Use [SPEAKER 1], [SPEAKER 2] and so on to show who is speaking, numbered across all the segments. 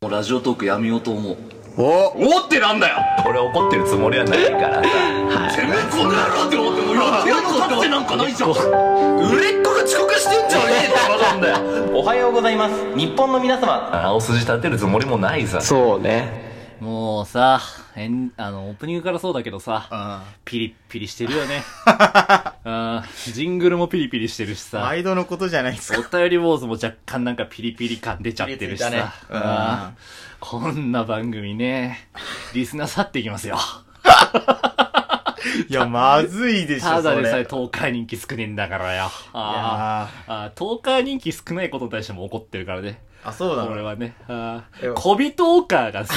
[SPEAKER 1] もうラジオトークやめようと思う
[SPEAKER 2] お
[SPEAKER 1] おってなんだよ
[SPEAKER 3] 俺怒ってるつもりはないからさ
[SPEAKER 1] てめえこの野郎って思ってもうやってやの立ってなんかないじゃん売れっ子が遅刻してんじゃねえって話なんだよ
[SPEAKER 4] おはようございます日本の皆様
[SPEAKER 3] 青筋立てるつもりもないさ
[SPEAKER 2] そうね
[SPEAKER 4] もうさえんあのオープニングからそうだけどさピリッピリしてるよ ねあージングルもピリピリしてるしさ
[SPEAKER 5] 毎度のことじゃないですか。
[SPEAKER 4] お便り坊主も若干なんかピリピリ感出ちゃってるしさ、
[SPEAKER 5] ピリついたねうん
[SPEAKER 4] あーこんな番組ねリスナー去っていきますよ
[SPEAKER 5] いや、まずいでしょ、
[SPEAKER 4] ただ
[SPEAKER 5] そ
[SPEAKER 4] で
[SPEAKER 5] れ
[SPEAKER 4] さえトーカー人気少ねえんだからよあーあートーカー人気少ないことに対しても怒ってるからね
[SPEAKER 5] あ、そうな
[SPEAKER 4] 俺
[SPEAKER 5] の
[SPEAKER 4] はね、あ
[SPEAKER 5] え
[SPEAKER 4] ー小人トーカーが好か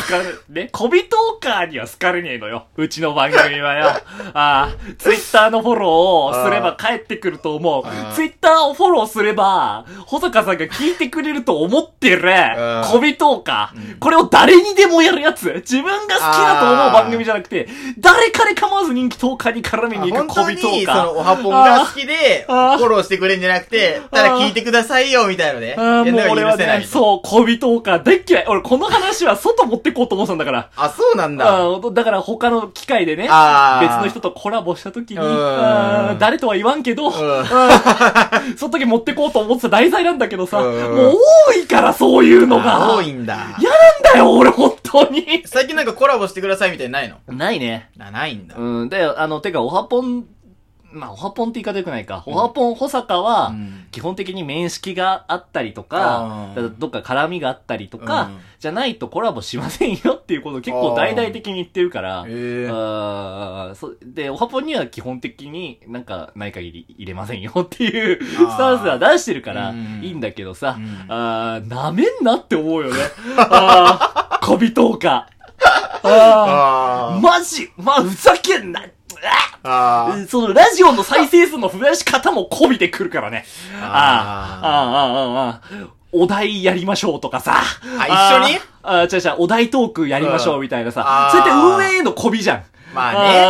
[SPEAKER 4] れ、 ね、小人トーカーには好かれねえのよ。うちの番組 はよ。ああ、ツイッターのフォローをすれば帰ってくると思う
[SPEAKER 5] あ。ー
[SPEAKER 4] ツイッターをフォローすれば、保坂さんが聞いてくれると思ってる
[SPEAKER 5] ん
[SPEAKER 4] 小人トーカー。これを誰にでもやるやつ。自分が好きだと思う番組じゃなくて、誰かに構わず人気トーカーに絡み
[SPEAKER 5] あ
[SPEAKER 4] に行
[SPEAKER 5] 本
[SPEAKER 4] く小
[SPEAKER 5] 当
[SPEAKER 4] 人トー
[SPEAKER 5] に、
[SPEAKER 4] カ
[SPEAKER 5] そ
[SPEAKER 4] ー
[SPEAKER 5] の、。おはぽんが好きで、フ
[SPEAKER 4] あー
[SPEAKER 5] ォローしてくれんじゃなくて、ただ聞いてくださいよ、みたいなね。
[SPEAKER 4] ああ、
[SPEAKER 5] い
[SPEAKER 4] もう
[SPEAKER 5] や
[SPEAKER 4] 俺は
[SPEAKER 5] だから許
[SPEAKER 4] ね、
[SPEAKER 5] せない
[SPEAKER 4] そう、小人か、大っ嫌い。俺この話は外持ってこうと思ってたんだから。
[SPEAKER 5] あ、そうなんだ。
[SPEAKER 4] ああだから他の機会でね、別
[SPEAKER 5] あー
[SPEAKER 4] の人とコラボした時に、
[SPEAKER 5] うん
[SPEAKER 4] あー誰とは言わんけど、
[SPEAKER 5] うん。
[SPEAKER 4] その時持ってこうと思ってた題材なんだけどさ、も
[SPEAKER 5] うん
[SPEAKER 4] う多いからそういうのが。
[SPEAKER 5] 多いんだ。
[SPEAKER 4] 嫌なんだよ、俺本当に。
[SPEAKER 5] 最近なんかコラボしてくださいみたいなのないの
[SPEAKER 4] ないね。
[SPEAKER 5] な、ないんだ。
[SPEAKER 4] うん、だよ、あの、てか、オハポン、まあ、オハポンって言い方よくないか。オハポン、保坂は、
[SPEAKER 5] うん
[SPEAKER 4] 基本的に面識があったりとか
[SPEAKER 5] あ、ー
[SPEAKER 4] どっか絡みがあったりとか、
[SPEAKER 5] うん
[SPEAKER 4] じゃないとコラボしませんよっていうことを結構大々的に言ってるから、
[SPEAKER 5] へー
[SPEAKER 4] あーそで、オハポンには基本的になんかない限り入れませんよっていう
[SPEAKER 5] あー
[SPEAKER 4] スタンスは出してるから
[SPEAKER 5] うん、
[SPEAKER 4] いいんだけどさ、
[SPEAKER 5] うん
[SPEAKER 4] あーなめんなって思うよね。 あー小人か。あー
[SPEAKER 5] あ
[SPEAKER 4] マジまあ、ふざけんな
[SPEAKER 5] あ。ああ。
[SPEAKER 4] そのラジオの再生数の増やし方も込みでくるからね。ああ、ああ、ああ、ああ。お題やりましょうとかさ。
[SPEAKER 5] あ一緒に
[SPEAKER 4] ああ、違う違う、お題トークやりましょうみたいなさ。
[SPEAKER 5] あー
[SPEAKER 4] そうやって運営への媚びじゃん。
[SPEAKER 5] まあね。
[SPEAKER 4] あ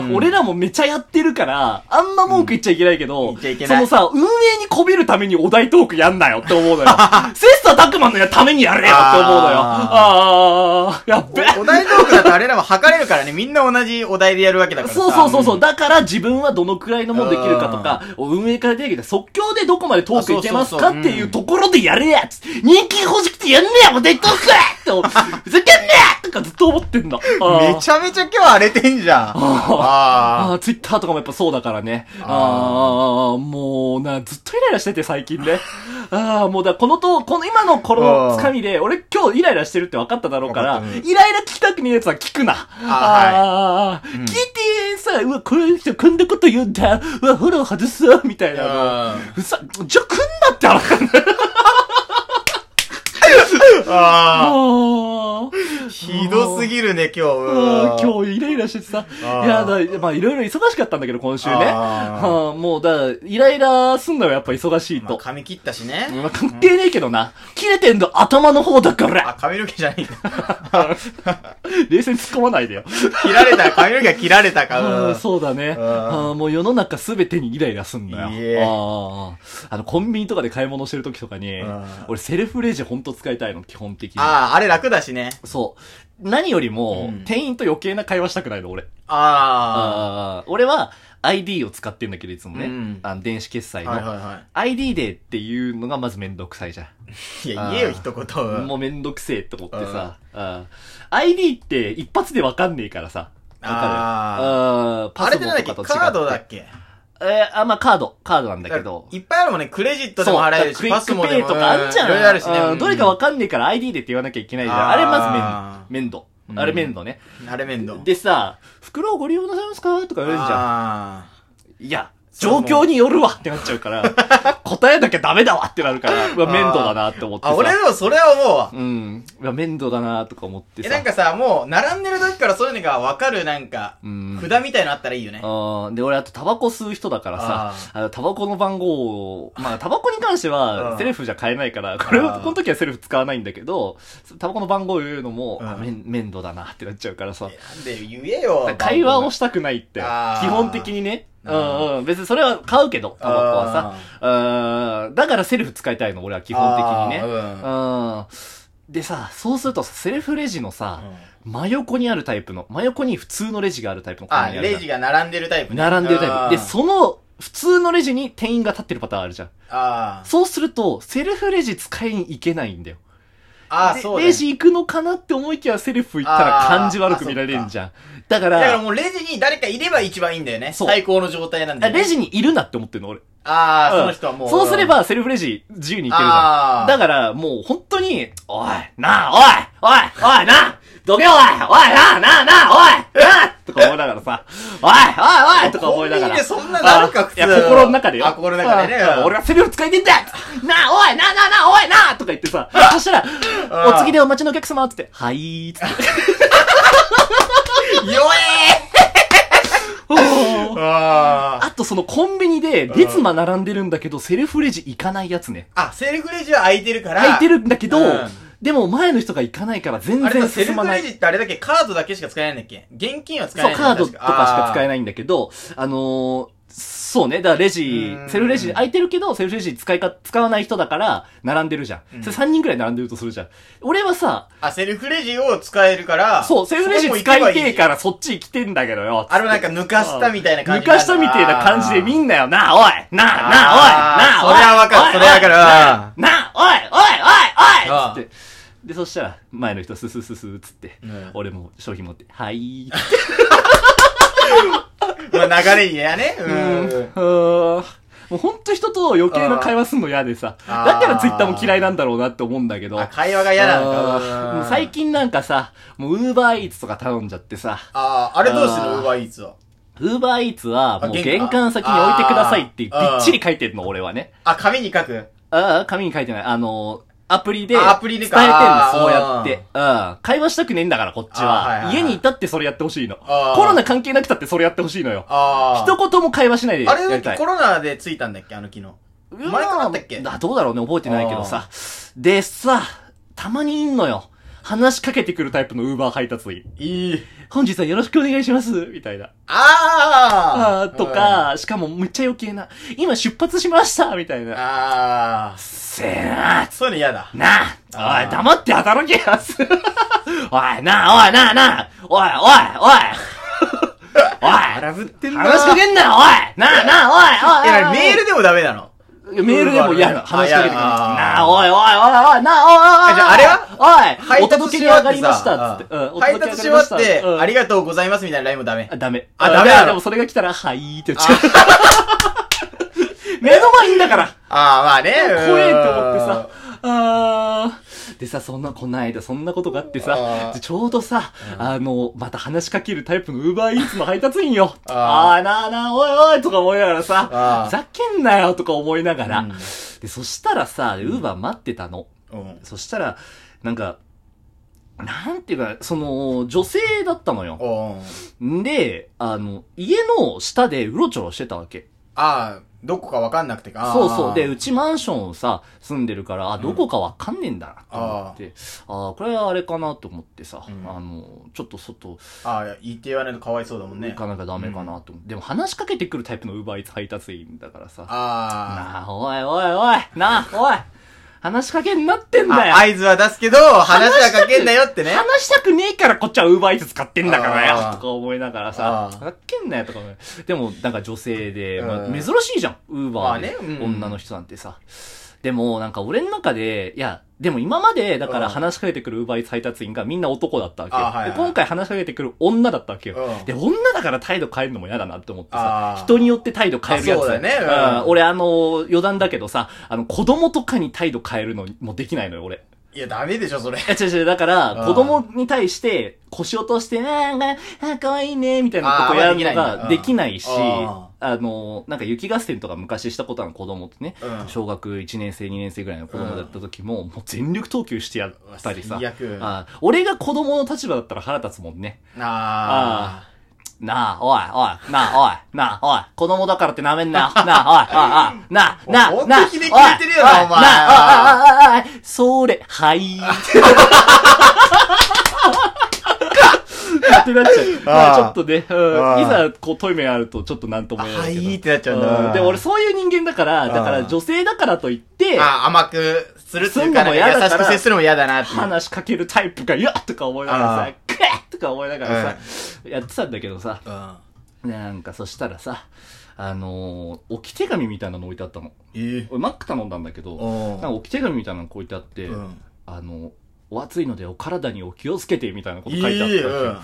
[SPEAKER 4] ー
[SPEAKER 5] うん
[SPEAKER 4] 俺らもめちゃやってるから、あんま文句言っちゃいけないけど、
[SPEAKER 5] うん言っちゃいけ
[SPEAKER 4] そ
[SPEAKER 5] ない
[SPEAKER 4] のさ、運営にこびるためにお題トークやんなよって思 うのよ。セスタータクマンのやためにやれよって思うのよ。ああー、やっべ。
[SPEAKER 5] お題トークだとあれらも測れるからね、みんな同じお題でやるわけだからさ。
[SPEAKER 4] そうそうそうそう。だから自分はどのくらいのものできるかとか、運営から出てきて即興でどこまでトークいけます
[SPEAKER 5] あそう
[SPEAKER 4] か
[SPEAKER 5] そ
[SPEAKER 4] っ
[SPEAKER 5] うそう
[SPEAKER 4] ていうところでやれやつ人気欲しくてやんねやおでトークってふざけんなとかずっと思ってんの。
[SPEAKER 5] めちゃめちゃ今日荒れてんじゃん。あ
[SPEAKER 4] あ
[SPEAKER 5] あ。
[SPEAKER 4] あ、ツイッターとかもやっぱそうだからね。ああ、もうな、ずっとイライラしてて最近ね。ああ、もうだ、このと、この今のこの
[SPEAKER 5] あー
[SPEAKER 4] つかみで、俺今日イライラしてるって分かっただろうから、
[SPEAKER 5] 分かった
[SPEAKER 4] イライラ聞きたくねえやつは聞くな。ああ、聞いてさ、うわ、この人こんなこと言うんだ。うわ、フォロー外すわみたいなの。
[SPEAKER 5] あ
[SPEAKER 4] うさ、じゃ、来んなってあかんない。
[SPEAKER 5] あ。
[SPEAKER 4] あー
[SPEAKER 5] ひどすぎるね、今日。
[SPEAKER 4] あー
[SPEAKER 5] 日。
[SPEAKER 4] 今日イライラしてさ、い
[SPEAKER 5] あー
[SPEAKER 4] やだ、まあいろいろ忙しかったんだけど、今週ね。
[SPEAKER 5] あー
[SPEAKER 4] はあもうだ、イライラすんのよ、やっぱ忙しい
[SPEAKER 5] まあ、
[SPEAKER 4] と。
[SPEAKER 5] 髪切ったしね。
[SPEAKER 4] まあ、関係ねえけどな。切れてんの頭の方だから
[SPEAKER 5] あ、髪の毛じゃないんだ。
[SPEAKER 4] 冷静に突っ込まないでよ。
[SPEAKER 5] 切られた、髪の毛が切られたか。
[SPEAKER 4] あ
[SPEAKER 5] う
[SPEAKER 4] ー
[SPEAKER 5] ん
[SPEAKER 4] そうだね。あーもう世の中すべてにイライラすんのよ。
[SPEAKER 5] いいえ
[SPEAKER 4] あーあの、コンビニとかで買い物してる時とかに
[SPEAKER 5] ん、
[SPEAKER 4] 俺セルフレジほんと使いたいの、基本的に。
[SPEAKER 5] ああ、あれ楽だしね。
[SPEAKER 4] そう。何よりも、
[SPEAKER 5] うん
[SPEAKER 4] 店員と余計な会話したくないの、俺。
[SPEAKER 5] あ
[SPEAKER 4] あー俺は ID を使ってんだけど、いつもね。
[SPEAKER 5] うん
[SPEAKER 4] あの電子決済
[SPEAKER 5] あ。
[SPEAKER 4] の。
[SPEAKER 5] はいはいは
[SPEAKER 4] ID でっていうのがまずめんどくさいじゃん。
[SPEAKER 5] い。い
[SPEAKER 4] あ
[SPEAKER 5] や、
[SPEAKER 4] ー
[SPEAKER 5] 言えよ、一言。
[SPEAKER 4] もうめんどくせえと思ってさ、あー ID って一発でわかんねえからさ。わかるあーパ
[SPEAKER 5] あ
[SPEAKER 4] ス
[SPEAKER 5] れ
[SPEAKER 4] モ
[SPEAKER 5] ってなんだっ
[SPEAKER 4] と
[SPEAKER 5] け
[SPEAKER 4] かと違
[SPEAKER 5] カ
[SPEAKER 4] って
[SPEAKER 5] ードだっけ
[SPEAKER 4] えーあ、まあカード、カードなんだけど。
[SPEAKER 5] いっぱいあるもんね、クレジットでも払える
[SPEAKER 4] そう
[SPEAKER 5] し、
[SPEAKER 4] だから
[SPEAKER 5] パ
[SPEAKER 4] ク
[SPEAKER 5] ス
[SPEAKER 4] イッ
[SPEAKER 5] も
[SPEAKER 4] ク
[SPEAKER 5] で
[SPEAKER 4] ペイ
[SPEAKER 5] も。
[SPEAKER 4] とかあるじゃん。
[SPEAKER 5] いろいろあるしね。
[SPEAKER 4] うん
[SPEAKER 5] うん
[SPEAKER 4] どれかわかんねえから ID でって言わなきゃいけないじゃん。
[SPEAKER 5] あー
[SPEAKER 4] あれまず面倒。面倒。あれ面倒ね。
[SPEAKER 5] あれ面倒。
[SPEAKER 4] でさ、袋をご利用なさいますかとか言われるじゃん。
[SPEAKER 5] あ
[SPEAKER 4] いや、
[SPEAKER 5] それ
[SPEAKER 4] 状
[SPEAKER 5] も
[SPEAKER 4] 況によるわってなっちゃうから、答えなきゃダメだわってなる から、うわ、面倒だなって思って
[SPEAKER 5] あ。
[SPEAKER 4] さ。
[SPEAKER 5] あ、俺でもそれは思うわ。
[SPEAKER 4] うん。いや、面倒だなとか思って
[SPEAKER 5] え、
[SPEAKER 4] さ。
[SPEAKER 5] なんかさ、もう、並んでる時からそういうのがわかる、なんか、
[SPEAKER 4] ん
[SPEAKER 5] 札みたいのあったらいいよね。
[SPEAKER 4] あーで、俺、あと、タバコ吸う人だからさ
[SPEAKER 5] あ、
[SPEAKER 4] あの、タバコの番号を、まあ、タバコに関して
[SPEAKER 5] う
[SPEAKER 4] は、
[SPEAKER 5] ん
[SPEAKER 4] セルフじゃ買えないから、これは、
[SPEAKER 5] あー
[SPEAKER 4] この時はセルフ使わないんだけど、タバコの番号を言うのも、
[SPEAKER 5] うん
[SPEAKER 4] あめん、面倒だなってなっちゃうからさ、
[SPEAKER 5] なんで言えよ。
[SPEAKER 4] 会話をしたくないって、
[SPEAKER 5] あー
[SPEAKER 4] 基本的にね。う
[SPEAKER 5] うん
[SPEAKER 4] んうん。別にそれは買うけど、タバコはさ。うん。だからセルフ使いたいの、俺は基本的にね。
[SPEAKER 5] あー
[SPEAKER 4] うん。でさ、そうするとさセルフレジのさ、真横にあるタイプの、真横に普通のレジがあるタイプの
[SPEAKER 5] あ、
[SPEAKER 4] 紙にるじゃ
[SPEAKER 5] レ
[SPEAKER 4] ん
[SPEAKER 5] ジが並んでるタイプね。
[SPEAKER 4] 並んでるタイプ。で、
[SPEAKER 5] あー
[SPEAKER 4] その、普通のレジに店員が立ってるパターンあるじゃん。
[SPEAKER 5] あー。
[SPEAKER 4] そうすると、セルフレジ使いに行けないんだよ。
[SPEAKER 5] あー、
[SPEAKER 4] で
[SPEAKER 5] そうだね
[SPEAKER 4] レジ行くのかなって思いきやセルフ行ったら感じ悪く見られるじゃん。だか
[SPEAKER 5] だから
[SPEAKER 4] ら、
[SPEAKER 5] もうレジに誰かいれば一番いいんだよね。
[SPEAKER 4] そう
[SPEAKER 5] 最高の状態なんだ
[SPEAKER 4] あ
[SPEAKER 5] よね。
[SPEAKER 4] レジにいるなって思ってるの、俺。
[SPEAKER 5] あー、
[SPEAKER 4] うん
[SPEAKER 5] その人はもう。
[SPEAKER 4] そうすれ、ばセルフレジ自由に行けるじゃ
[SPEAKER 5] あ
[SPEAKER 4] ん。
[SPEAKER 5] ー
[SPEAKER 4] だから、もう本当に、おい、なあ、おい、おい、おい、なあ、どけおい、おい、なあ、なあ、なあ、おい、なあとか思いながらさ、おい、おい、おい、とか思いながら。
[SPEAKER 5] コンビニでそんななるか
[SPEAKER 4] あ
[SPEAKER 5] 普通
[SPEAKER 4] いや、心の中でよ。
[SPEAKER 5] あ心の中でね
[SPEAKER 4] ああ俺はセルフ使いてんだなあ、おい、なあ、なあ、なあ、おい、なあ、とか言ってさ、そしたら、
[SPEAKER 5] あー
[SPEAKER 4] お次でお待ちのお客様、つって、はい、つって。
[SPEAKER 5] 弱え ーあー。
[SPEAKER 4] あとそのコンビニで列間並んでるんだけど、セルフレジ行かないやつね。
[SPEAKER 5] あ、セルフレジは空いてるから。
[SPEAKER 4] 空いてるんだけど、
[SPEAKER 5] うん
[SPEAKER 4] でも前の人が行かないから全
[SPEAKER 5] あれ
[SPEAKER 4] 然
[SPEAKER 5] だ、セル
[SPEAKER 4] 進ま
[SPEAKER 5] フ
[SPEAKER 4] な
[SPEAKER 5] レ
[SPEAKER 4] い
[SPEAKER 5] ジ。ってあれだけカードだけしか使えないんだっけ現金は使え
[SPEAKER 4] そ
[SPEAKER 5] な
[SPEAKER 4] う、
[SPEAKER 5] い
[SPEAKER 4] カードとかしか使え
[SPEAKER 5] い。
[SPEAKER 4] ないんだけど、あのー、そうね。だからレジ
[SPEAKER 5] う、ん
[SPEAKER 4] セルフレジ空いてるけど、セルフレジ使いか、使わない人だから、並んでるじゃん。それ3人くらい並んでるとするじゃん。俺はさ、
[SPEAKER 5] あ、セルフレジを使えるから。
[SPEAKER 4] そう、セルフレジ使いてえからそっち来てんだけどよ。
[SPEAKER 5] あれもなんか抜かしたみたいな感
[SPEAKER 4] 抜
[SPEAKER 5] じな
[SPEAKER 4] か
[SPEAKER 5] んだ。
[SPEAKER 4] したみたいな感じで見んなよ。なあ、おいなあ、なあ、おいなあ、おい
[SPEAKER 5] それはわかる、それはわかる。あー
[SPEAKER 4] なあ、おいおいおいおいおいつって。で、そしたら、前の人、ススススつって、
[SPEAKER 5] うん
[SPEAKER 4] 俺も商品持って、はいー
[SPEAKER 5] まあ流れにやね。う
[SPEAKER 4] うん
[SPEAKER 5] ん。
[SPEAKER 4] もうほんと人と余計な会話すんの嫌でさ。
[SPEAKER 5] あー
[SPEAKER 4] だからツイッターも嫌いなんだろうなって思うんだけど。
[SPEAKER 5] あ、会話が嫌なの
[SPEAKER 4] あ
[SPEAKER 5] か
[SPEAKER 4] ー。
[SPEAKER 5] う
[SPEAKER 4] も
[SPEAKER 5] ん
[SPEAKER 4] う最近なんかさ、もうウーバーイーツとか頼んじゃってさ、
[SPEAKER 5] ああ、あれどうする
[SPEAKER 4] あー
[SPEAKER 5] ウーバーイーツは。
[SPEAKER 4] ウーバーイーツはもう
[SPEAKER 5] あ玄
[SPEAKER 4] 玄関
[SPEAKER 5] 関
[SPEAKER 4] 先に置いてくださいってびっ
[SPEAKER 5] あー
[SPEAKER 4] ちり書いてるの、俺はね。
[SPEAKER 5] あ、紙に書く
[SPEAKER 4] ああ、紙に書いてない。あのー、アプリで、
[SPEAKER 5] あアプリでか
[SPEAKER 4] 伝えてんの、
[SPEAKER 5] あー
[SPEAKER 4] そうやって。うん。会話したくねえんだから、こっちは。
[SPEAKER 5] あーはいはいはい
[SPEAKER 4] 家にいたってそれやってほしいの。
[SPEAKER 5] あー
[SPEAKER 4] コロナ関係なくたってそれやってほしいのよ。
[SPEAKER 5] ああ。
[SPEAKER 4] 一言も会話しないでや
[SPEAKER 5] あれ
[SPEAKER 4] り
[SPEAKER 5] だ
[SPEAKER 4] た
[SPEAKER 5] っ
[SPEAKER 4] い
[SPEAKER 5] け。コロナでついたんだっけあの昨日。前からあったっけ
[SPEAKER 4] あ、どうだろうね、覚えてないけどさ。でさ、たまにいんのよ。話しかけてくるタイプのウーバー配達員。
[SPEAKER 5] いい。
[SPEAKER 4] 本日はよろしくお願いします、みたいな。あ
[SPEAKER 5] あ
[SPEAKER 4] あ、と。か、しかもむっちゃ余計な。今出発しました、みたいな。
[SPEAKER 5] ああ。
[SPEAKER 4] せーなー
[SPEAKER 5] そういうの嫌だ。
[SPEAKER 4] なあ、
[SPEAKER 5] あー
[SPEAKER 4] おい、黙って働けや す。おい、なあ、おい、なあ、なあ、おい、 おい、おい。おい、
[SPEAKER 5] ぶって
[SPEAKER 4] 話しかけんなよ、おい、なあ、なあ、おい、おい。
[SPEAKER 5] え、メー
[SPEAKER 4] ル
[SPEAKER 5] ルでもダメなの
[SPEAKER 4] メールでも嫌な、
[SPEAKER 5] あ
[SPEAKER 4] 話しかけてくる。
[SPEAKER 5] 嫌だ
[SPEAKER 4] なあ、おい、おい、おい、おい、なあ、おい、おい。
[SPEAKER 5] じゃああれは
[SPEAKER 4] おい、お
[SPEAKER 5] 配達
[SPEAKER 4] 届
[SPEAKER 5] し
[SPEAKER 4] けに
[SPEAKER 5] 終わ
[SPEAKER 4] 上
[SPEAKER 5] っ
[SPEAKER 4] がり
[SPEAKER 5] て
[SPEAKER 4] ました、
[SPEAKER 5] さ
[SPEAKER 4] っつっ、て。
[SPEAKER 5] う
[SPEAKER 4] うん
[SPEAKER 5] ん
[SPEAKER 4] お
[SPEAKER 5] 配
[SPEAKER 4] 届け
[SPEAKER 5] 達し
[SPEAKER 4] 上
[SPEAKER 5] 終
[SPEAKER 4] が
[SPEAKER 5] わ
[SPEAKER 4] りま
[SPEAKER 5] っ
[SPEAKER 4] した
[SPEAKER 5] て、
[SPEAKER 4] うん
[SPEAKER 5] ありがとうございますみたいな LINE もダメ
[SPEAKER 4] あ。ダメ。
[SPEAKER 5] あダメなの
[SPEAKER 4] でもそれが来たら、はいーって打ち込む 目の前にだから。
[SPEAKER 5] ああ、まあね。
[SPEAKER 4] 怖えと思ってさ。あーでさ、そんな、こないだそんなことがあってさ
[SPEAKER 5] あ、ー
[SPEAKER 4] でちょうどさ、あの、また話しかけるタイプのウーバーイーツの配達員よ。あ
[SPEAKER 5] あ
[SPEAKER 4] ーなあなあ、おいおいとか思いながらさ
[SPEAKER 5] あ、ー
[SPEAKER 4] ふざけんなよとか思いながら。
[SPEAKER 5] うん
[SPEAKER 4] で、そしたらさ、ウーバー待ってたの。
[SPEAKER 5] うん。
[SPEAKER 4] そしたら、なんか、なんていうか、その、女性だったのよ。
[SPEAKER 5] おー
[SPEAKER 4] んで、あの、家の下でうろちょろしてたわけ。
[SPEAKER 5] ああ、どこかわかんなくてか。あー
[SPEAKER 4] そうそう。で、うちマンションさ、住んでるから、あ、どこかわかんねえんだな、と思って。ああ、これはあれかなと思ってさ、
[SPEAKER 5] うん
[SPEAKER 4] あの、ちょっと外
[SPEAKER 5] ああ、言って言わないとかわいそうだもん
[SPEAKER 4] 行
[SPEAKER 5] ね。
[SPEAKER 4] かなきゃダメかなと思って。でも話しかけてくるタイプのウーバーイーツ配達員だからさ。
[SPEAKER 5] あ
[SPEAKER 4] なあ、おいおいおい、なあ、おい、話しかけになってん
[SPEAKER 5] あ。
[SPEAKER 4] だよ。
[SPEAKER 5] あ合図は出すけど、話はかけんなよってね。
[SPEAKER 4] 話したくねえからこっちはウーバーイーツ使ってんだから
[SPEAKER 5] あ
[SPEAKER 4] よ
[SPEAKER 5] ー
[SPEAKER 4] とか思いながら
[SPEAKER 5] あ
[SPEAKER 4] さ、
[SPEAKER 5] ー
[SPEAKER 4] ふざけんなよとか思いでもなんか女性で、まあ
[SPEAKER 5] うん
[SPEAKER 4] 珍しいじゃん、ウー
[SPEAKER 5] ま
[SPEAKER 4] バー
[SPEAKER 5] あね
[SPEAKER 4] で、
[SPEAKER 5] うん
[SPEAKER 4] 女の人なんてさ。でもなんか俺の中で、いや、でも今までだから
[SPEAKER 5] うん
[SPEAKER 4] 話しかけてくるウーバーイーツ配達員がみんな男だったわけ
[SPEAKER 5] あー
[SPEAKER 4] よ。
[SPEAKER 5] はいはい
[SPEAKER 4] で今回話しかけてくる女だったわけよ。
[SPEAKER 5] うん
[SPEAKER 4] で、女だから態度変えるのも嫌だなって思ってさ
[SPEAKER 5] あ、ー
[SPEAKER 4] 人によって態度変えるやつ。
[SPEAKER 5] あそうだねうん
[SPEAKER 4] ん俺あの、余談だけどさ、あの子供とかに態度変えるのもできないのよ、俺。
[SPEAKER 5] いや、ダメでしょ、それ。
[SPEAKER 4] いや、 違う違う、だから、
[SPEAKER 5] うん
[SPEAKER 4] 子供に対して、腰落として、あーあー、あー可愛いね、みたいなことやるのが
[SPEAKER 5] あー
[SPEAKER 4] で
[SPEAKER 5] で
[SPEAKER 4] き
[SPEAKER 5] き
[SPEAKER 4] な
[SPEAKER 5] ないい
[SPEAKER 4] し、
[SPEAKER 5] んだ
[SPEAKER 4] あの、なんか雪合戦とか昔したことある子供ってね、
[SPEAKER 5] うん
[SPEAKER 4] 小学1年生、2年生ぐらいの子供だった時も、もう全力投球してやったりさ
[SPEAKER 5] うわ最悪、
[SPEAKER 4] あー俺が子供の立場だったら腹立つもんね。
[SPEAKER 5] あ
[SPEAKER 4] なあ、おい、おい、なあ、おい、なあ、おい、子供だからってなめんなよ。なあ、おい、おい、おい、なあ、なあ、
[SPEAKER 5] もう
[SPEAKER 4] なあ、
[SPEAKER 5] 本当にひねくれてるよな
[SPEAKER 4] おい
[SPEAKER 5] お前
[SPEAKER 4] なあ、おいおい、おい、おい、おい、それ、はい。ってなっちゃう。まあちょっとね、うん
[SPEAKER 5] あー
[SPEAKER 4] いざこう、トイメあるとちょっとなんとも言え
[SPEAKER 5] あ
[SPEAKER 4] な
[SPEAKER 5] あ、
[SPEAKER 4] いけど。
[SPEAKER 5] いいってなっちゃうん
[SPEAKER 4] うん
[SPEAKER 5] だ。
[SPEAKER 4] で、俺そういう人間だから、だから女性だからといって、
[SPEAKER 5] ああ、甘くするってい
[SPEAKER 4] す
[SPEAKER 5] うか、
[SPEAKER 4] んの
[SPEAKER 5] なん
[SPEAKER 4] も嫌だ
[SPEAKER 5] か
[SPEAKER 4] から
[SPEAKER 5] 優しく接するのも嫌だなっていう。
[SPEAKER 4] 話しかけるタイプが、いやとか思いながら
[SPEAKER 5] あ
[SPEAKER 4] さ、クエッとか思いながらさ、やってたんだけどさ、
[SPEAKER 5] うん。
[SPEAKER 4] なんかそしたらさ、あのー置き手紙みたいなの置いてあったの。
[SPEAKER 5] ええ。
[SPEAKER 4] 俺マック頼んだんだけど、
[SPEAKER 5] お
[SPEAKER 4] な
[SPEAKER 5] ー
[SPEAKER 4] んか置き手紙みたいなのこう置いてあって、
[SPEAKER 5] うん
[SPEAKER 4] あの、お暑いのでお体にお気をつけてみたいなこと
[SPEAKER 5] い
[SPEAKER 4] 書いてあった
[SPEAKER 5] い、
[SPEAKER 4] わけ
[SPEAKER 5] うん。あ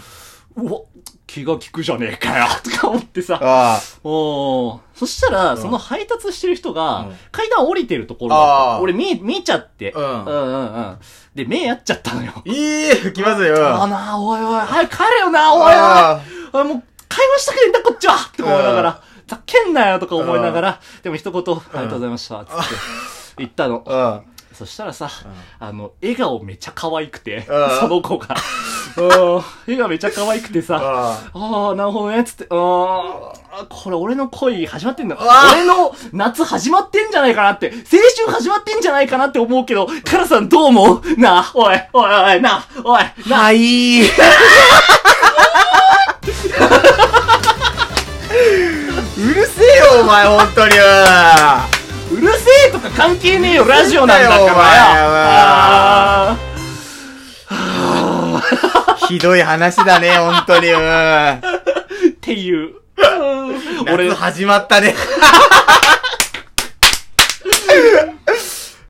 [SPEAKER 4] うわ、気が利くじゃねえかよ とか思ってさ、
[SPEAKER 5] あ。
[SPEAKER 4] おーそしたら、その配達してる人が、
[SPEAKER 5] うん
[SPEAKER 4] 階段降りてるところだった
[SPEAKER 5] あー
[SPEAKER 4] 俺見え、見えちゃって、
[SPEAKER 5] うん
[SPEAKER 4] うんうんうんで、目やっちゃったのよ。
[SPEAKER 5] いい、吹きますよ。
[SPEAKER 4] あーなあ、おいおい、早く帰れよな、おいおい。あ
[SPEAKER 5] あ
[SPEAKER 4] ーもう、会話したくねえんだ、こっちはって思いながら、ざっけんなよとか思いながら、でも一言、ありがとうございました、つって、言ったの。
[SPEAKER 5] あ。
[SPEAKER 4] そしたらさ、あの、笑顔めちゃ可愛くて、
[SPEAKER 5] うん
[SPEAKER 4] その子が。うん笑顔めちゃ可愛くてさ、
[SPEAKER 5] あ
[SPEAKER 4] ああ、なるほどね、つって、ああ、これ俺の恋始まってんだ。
[SPEAKER 5] あー
[SPEAKER 4] 俺の夏始まってんじゃないかなって、青春始まってんじゃないかなって思うけど、カラさんどう思うなあ、おい、おいおい、なあ、おい、
[SPEAKER 5] あ。はい。いいうるせえよ、お前、ほんとに。
[SPEAKER 4] うるせえとか関係ねえよ、ラジオなんだからよ
[SPEAKER 5] お前
[SPEAKER 4] あ
[SPEAKER 5] はひどい話だね、ほんとに。うん
[SPEAKER 4] ーっていう。俺
[SPEAKER 5] 夏、始まったね。